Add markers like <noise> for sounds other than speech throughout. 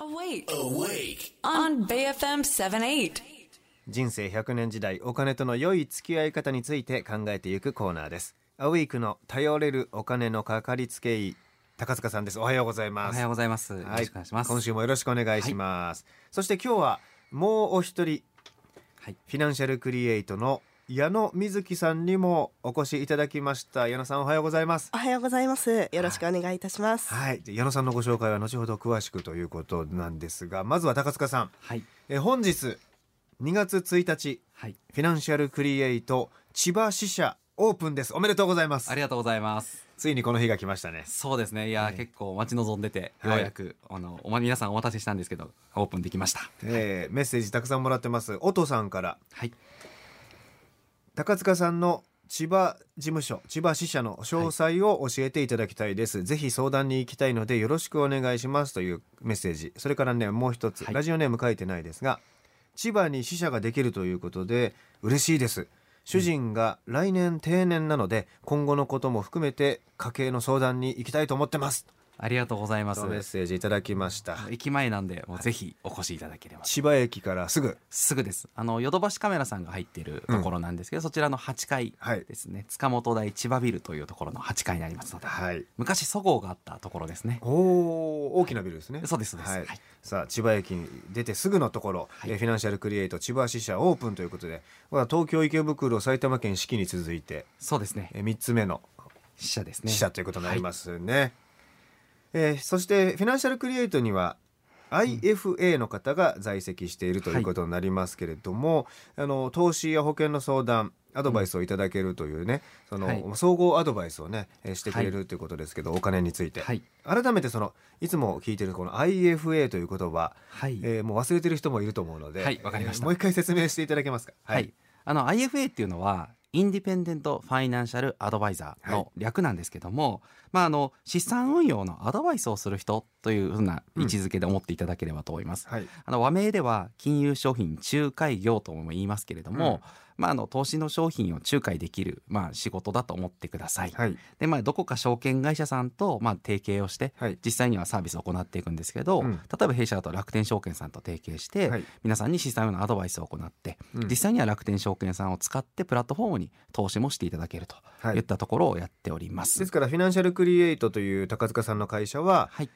Awake. On BFM 78. 人生100年時代お金との良い付き合い方について考えていくコーナーですアウィークの頼れるお金のかかりつけ医高塚さんですおはようございおますはようございます。よろしくお願いします。今週もよろしくお願いします、そして今日はもうお一人はい、フィナンシャルクリエイトの矢野瑞希さんにもお越しいただきました矢野さんおはようございますおはようございます。よろしくお願いいたします。はいじゃあ矢野さんのご紹介は後ほど詳しくということなんですがまずは高塚さんはい、え本日2月1日はい、フィナンシャルクリエイト千葉支社オープンです。おめでとうございますあ。りがとうございます。ついにこの日が来ましたね。そうですね。いや、結構待ち望んでて、よはいうやく、あの、おま、皆さんお待たせしたんですけど、オープンできました。えーメッセージたくさんもらってます。音さんから、はい、高塚さんの千葉事務所、千葉支社の詳細を教えていただきたいです。ぜひ相談に行きたいのでよろしくお願いしますというメッセージ。それからね、もう一つ、はいラジオネーム書いてないですが、千葉に支社ができるということで嬉しいです。主人が来年定年なので、今後のことも含めて家計の相談に行きたいと思ってます。ありがとうございまとメッす。セージいただきました。駅前なんで、もうぜひお越しいただければ。千葉駅からすぐ。すぐです。あの、ヨドバシカメラさんが入ってるところなんですけど、そちらの8階はいですね。塚本台千葉ビルというところの8階になりますので、はい。昔、そごうがあったところですね。おー大きなビルですね。そうですそうですはいはいさあ、千葉駅に出てすぐのところ、えーフィナンシャルクリエイト千葉支社オープンということで、これは東京池袋、埼玉県四季に続いて、そうですね。え3つ目の死者ですね。支社ということになりますね。えーそして、フィナンシャルクリエイトには、IFA の方が在籍しているということになりますけれども、あの投資や保険の相談アドバイスをいただけるというね、そのはい総合アドバイスをねえーしてくれるということですけど、お金について、はい改めてそのいつも聞いてるこの IFA という言葉、はいえーもう忘れてる人もいると思うので、はいわかりましえたーもう一回説明していただけますか。はい、あの IFA っていうのはインディペンデント・ファイナンシャル・アドバイザーはいの略なんですけども、まあ、あの資産運用のアドバイスをする人というふうな位置づけで思っていただければと思います。はいあの和名では金融商品仲介業とも言いますけれども、まあ、あの投資の商品を仲介できる、まあ、仕事だと思ってください。はいでまあ、どこか証券会社さんと、まあ、提携をして、はい実際にはサービスを行っていくんですけど、うん例えば弊社だと楽天証券さんと提携して、はい皆さんに資産運用のアドバイスを行って、うん実際には楽天証券さんを使ってプラットフォームに投資もしていただけるとはいいったところをやっております。ですからフィナンシャルクリエイトという高塚さんの会社は、はい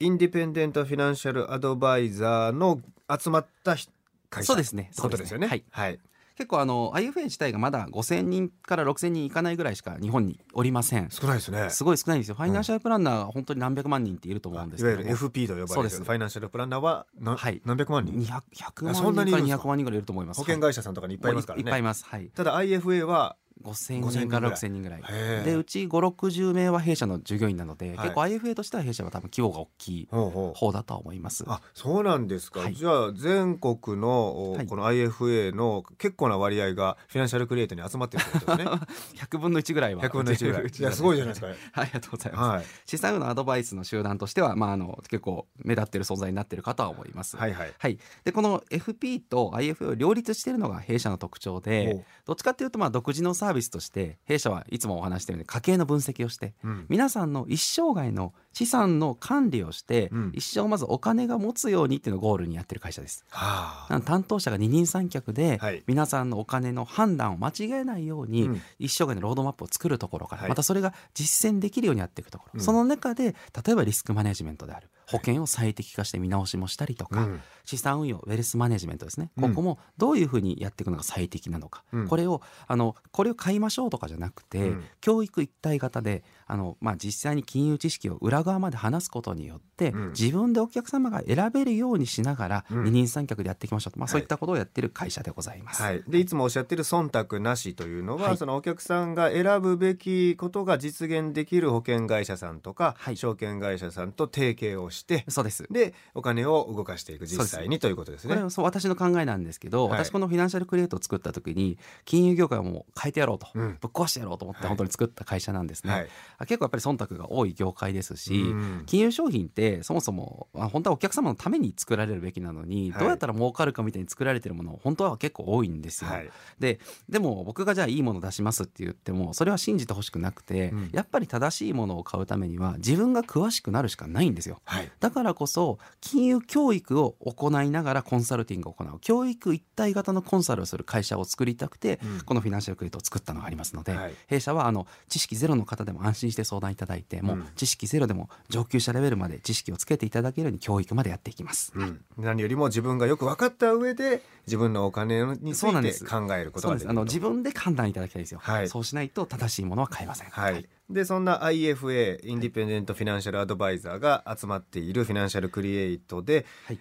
インディペンデントフィナンシャルアドバイザーの集まったひ会社そうですねということですよね。そうですねはい。結構あの IFA 自体がまだ5000人から6000人いかないぐらいしか日本におりません。少ないですね。すごい少ないんですよ。ファイナンシャルプランナーが本当に何百万人っていると思うんですいけわどゆもる FP と呼ばそうれでてするファイナンシャルプランナーはな、はい何百万人 200, 100あそんな万にい人るからんですか200万人ぐらいいると思います。保険会社さんとかにいっぱいいますからね。いっぱいいます。はい。ただ IFA は5000人から6000 5000人ぐらいへえでうち560名は弊社の従業員なので、はい結構 IFA としては弊社は多分規模が大きいほうほう方だとは思いますあそうなんですか、はいじゃあ全国のおはいこの IFA の結構な割合がフィナンシャルクリエイトに集まってるってこと <laughs> ですね100分の1ぐらいは100分の1ぐらいうちいやすごいじゃないです <laughs> かありがとうございはまいす、資産運用のアドバイスの集団としては、まあ、あの結構目立ってる存在になってるかとは思いますはいはいはい、でこの FP と IFA を両立しているのが弊社の特徴おうでどっちかっていうとまあ独自のサービスとして弊社はいつもお話しているように家計の分析をして、 <laughs> うん皆さんの一生涯の資産の管理をして、うん一生まずお金が持つようにっていうのをゴールにやってる会社です。はあなので担当者が二人三脚で、はい皆さんのお金の判断を間違えないように、うん一生涯のロードマップを作るところから、はいまたそれが実践できるようにやっていくところ、うんその中で例えばリスクマネジメントである保険を最適化して見直しもしたりとか、うん資産運用ウェルスマネジメントですねうこんこもどういうふうにやっていくのが最適なのか、うんこれをあのこれを買いましょうとかじゃなくて、うん教育一体型であの、まあ、実際に金融知識を裏側まで話すことによって、うん自分でお客様が選べるようにしながら、うん二人三脚でやっていきましょうと、まあ、はいそういったことをやってる会社でございます。はい、でいつもおっしゃってる忖度なしというのは、はいそのお客さんが選ぶべきことが実現できる保険会社さんとか、はい証券会社さんと提携をしてそうですでお金を動かしていく実際にということですこねれ。はそう私の考えなんですけど、はい私このフィナンシャルクリエイトを作った時に金融業界をもう変えてやろうと、うんぶっ壊してやろうと思って本当に作った会社なんですね。はい結構やっぱり忖度が多い業界ですし、うん金融商品ってそもそも、まあ、本当はお客様のために作られるべきなのに、はいどうやったら儲かるかみたいに作られてるもの本当は結構多いんですよ。はいででも僕がじゃあいいもの出しますって言ってもそれは信じてほしくなくて、うんやっぱり正しいものを買うためには自分が詳しくなるしかないんですよ。はいだからこそ金融教育を行いながらコンサルティングを行う教育一体型のコンサルをする会社を作りたくて、うんこのフィナンシャルクレートを作ったのがありますので、はい弊社はあの知識ゼロの方でも安心して相談いただいてもうんう知識ゼロでも上級者レベルまで知識をつけていただけるように教育までやっていきます。うん、何よりも自分がよく分かった上で自分のお金につそうなんでいすて考えることそがうでですきあるのと自分で判断いただきたいですよ、はいそうしないと正しいものは買えません、はい、でそんな IFA インディペンデント・フィナンシャル・アドバイザーが集まっているフィナンシャル・クリエイトで、はい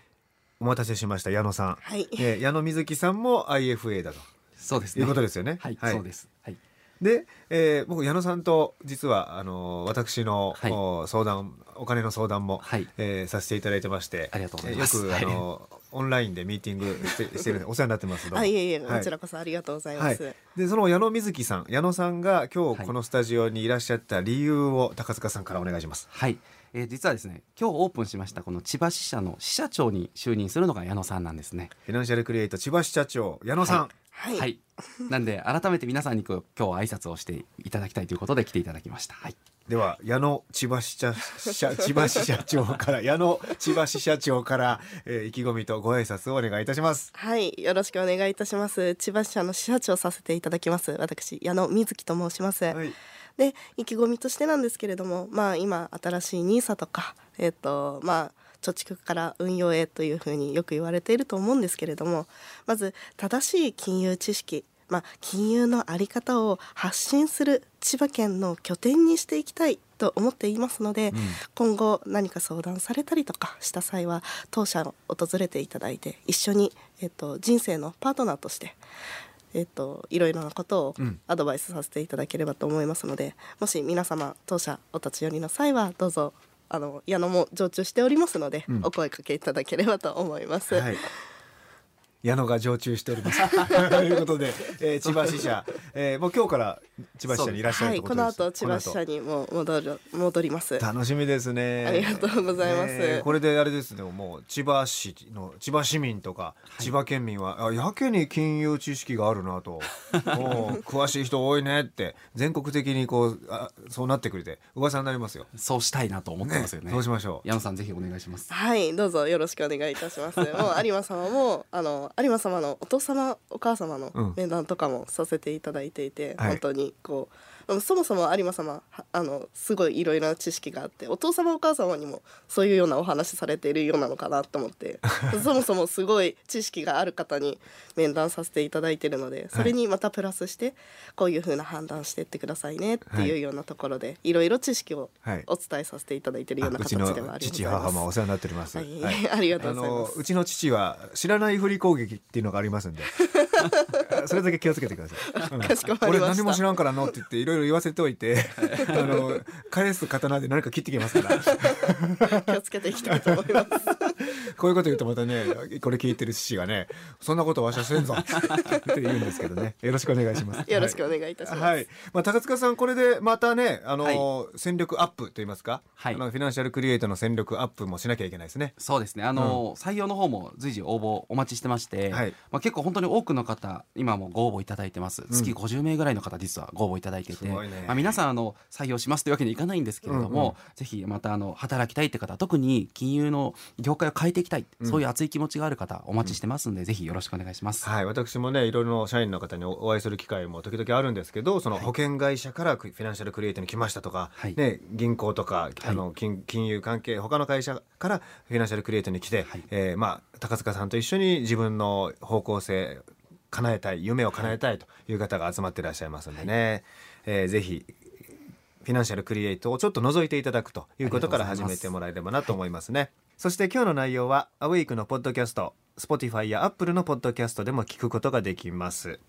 お待たせしました矢野さん、はいえー矢野瑞希さんも IFA だとそうですいうことですすよね。はい、そうです、はい、で、えー僕矢野さんと実はあのー私の、はいお相談お金の相談も、はいえーさせていただいてましてありがとうございますえーよく、はいあのーオンラインでミーティングして <laughs> してるんでお世話になってますどうもあいえいえ、はこちらこそありがとうございはまいす、、でその矢野瑞希さん矢野さんが今は日いこのスタジオにいらっしゃった理由を高塚さんからお願いします。はい、えー実はですね今日オープンしましたこの千葉支社の支社長に就任するのが矢野さんなんですね。フィナンシャルクリエイト千葉支社長矢野さん、ははい、はい、なんで改めて皆さんにこう今日は挨拶をしていただきたいということで来ていただきました。はい、では矢野千葉支社社千葉支社長から矢野千葉支社長から、えー意気込みとご挨拶をお願いいたします。はい、よろしくお願いいたします。千葉支社の支社長をさせていただきます。私、矢野瑞希と申します。いで、意気込みとしてなんですけれども、まあ、今新しいニーサとか、えっ、と、まあ。貯蓄から運用へというふうによく言われていると思うんですけれどもまず正しい金融知識、まあ、金融の在り方を発信する千葉県の拠点にしていきたいと思っていますので、今後何か相談されたりとかした際は当社を訪れていただいて一緒に、えっと、人生のパートナーとして、えっと、いろいろなことをうんアドバイスさせていただければと思いますので、もし皆様当社お立ち寄りの際はどうぞあの矢野も常駐しておりますので、うんお声かけいただければと思います。はい。矢野が常駐しております。 <laughs> ということで、えー千葉支社、えーもう今日から千葉支社にいらっしゃるとはいいうこことのです。後千葉支社にも戻る戻りま <laughs> す。楽しみですね。ありがとうございますねえこれであれですね、もう千葉市の千葉市民とか、千葉県民はあやけに金融知識があるなと、 <laughs> もう詳しい人多いねって全国的にこうあそうなってくれて噂になりますよ。そうしたいなと思ってますよね。そうしましょう。矢野さんぜひお願いします。はい、どうぞよろしくお願いいたし <laughs> ます。もう有馬様も、あの有馬様のお父様、お母様うんの面談とかもさせていただいていて、はい本当にこう。そもそも有馬様、はあのすごいいろいろな知識があって、お父様お母様にも。そういうようなお話されているようなのかなと思って、 <laughs> そもそもすごい知識がある方に面談させていただいているので、それにまたプラスして。こういう風な判断してってくださいねっていうようなところで、いろいろ知識をはいお伝えさせていただいているようなう形ちではのあります。父母もお世話になっております。はいありがとうございますあのうちの父は知らない振り攻撃っていうのがあります <laughs> んで、それだけ気をつけてください。うんかしこまりまし俺た何も知らんからのって言っていろいろ言わせておい <laughs> て、あの返す刀で何か切ってきますから。 <laughs> 気をつけていきたいと思います。こういうこと言うとまたね、これ聞いてる父がね、そんなことわしゃせ <laughs> んぞって言うんですけどね。よろしくお願いします。よろしくお願いいたします。はい、まあ、高塚さんこれでまたね、あの戦力アップと言いますか、はいあのフィナンシャルクリエイトの戦力アップもしなきゃいけないですね。そうですね。あの、採用の方も随時応募お待ちしてまして、はいまあ結構本当に多くの方今もご応募いただいてます。月50名ぐらいの方実はご応募いただいてすて、ごいねまあ皆さんあの採用しますというわけにいかないんですけれども、うんうんぜひまたあの働きたいって方、特に金融の業界を変えていきたい、そういう熱い気持ちがある方お待ちしてますんで、ぜひよろしくお願いします。はい、私もねいろいろな社員の方におお会いする機会も時々あるんですけどその保険会社からフィナンシャルクリエイトに来ましたとか、はいね、銀行とか、あの金金融関係他の会社からフィナンシャルクリエイトに来て、はいえーまあ、高塚さんと一緒に自分の方向性叶えたい夢を叶えたいという方が集まっていらっしゃいますんでね、えーぜひフィナンシャルクリエイトをちょっと覗いていただくということからあり始がとうございますめてもらえればなと思いますね、そして今日の内容はアウェイクのポッドキャスト Spotify や Apple のポッドキャストでも聞くことができます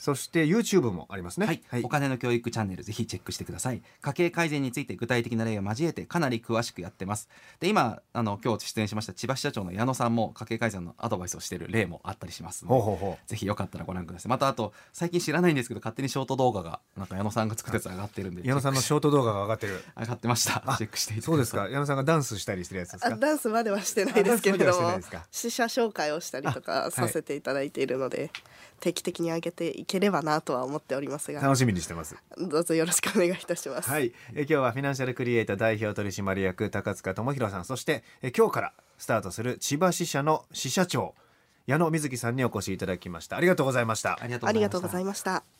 そして YouTube もありますね。はい、お金の教育チャンネルぜひチェックしてください家計改善について具体的な例を交えてかなり詳しくやってますで今あの今日出演しました千葉支社長の矢野さんも家計改善のアドバイスをしている例もあったりしますのほうでほうほぜひよかったらご覧くださいまたあと最近知らないんですけど勝手にショート動画がなんか矢野さんが作ったやつ上がってるんでう。矢野さんのチショート動画が上がってる。ェックし上がってましたあチェックしていただそうですけたらか。矢野さんがダンスしたりしてるやつですあか。ダンスまではしてないですけれどあダンスまではしてないもですか試写紹介をしたりとあはかいさせていただいているので、定期的に上げていければなとは思っておりますが楽しみにしてます。どうぞよろしくお願いいたします、はい、えー今日はフィナンシャルクリエイター代表取締役高塚智博さんそしてえー今日からスタートする千葉支社の支社長矢野瑞希さんにお越しいただきましたありがとうございましたありがとうございましたありがとうございました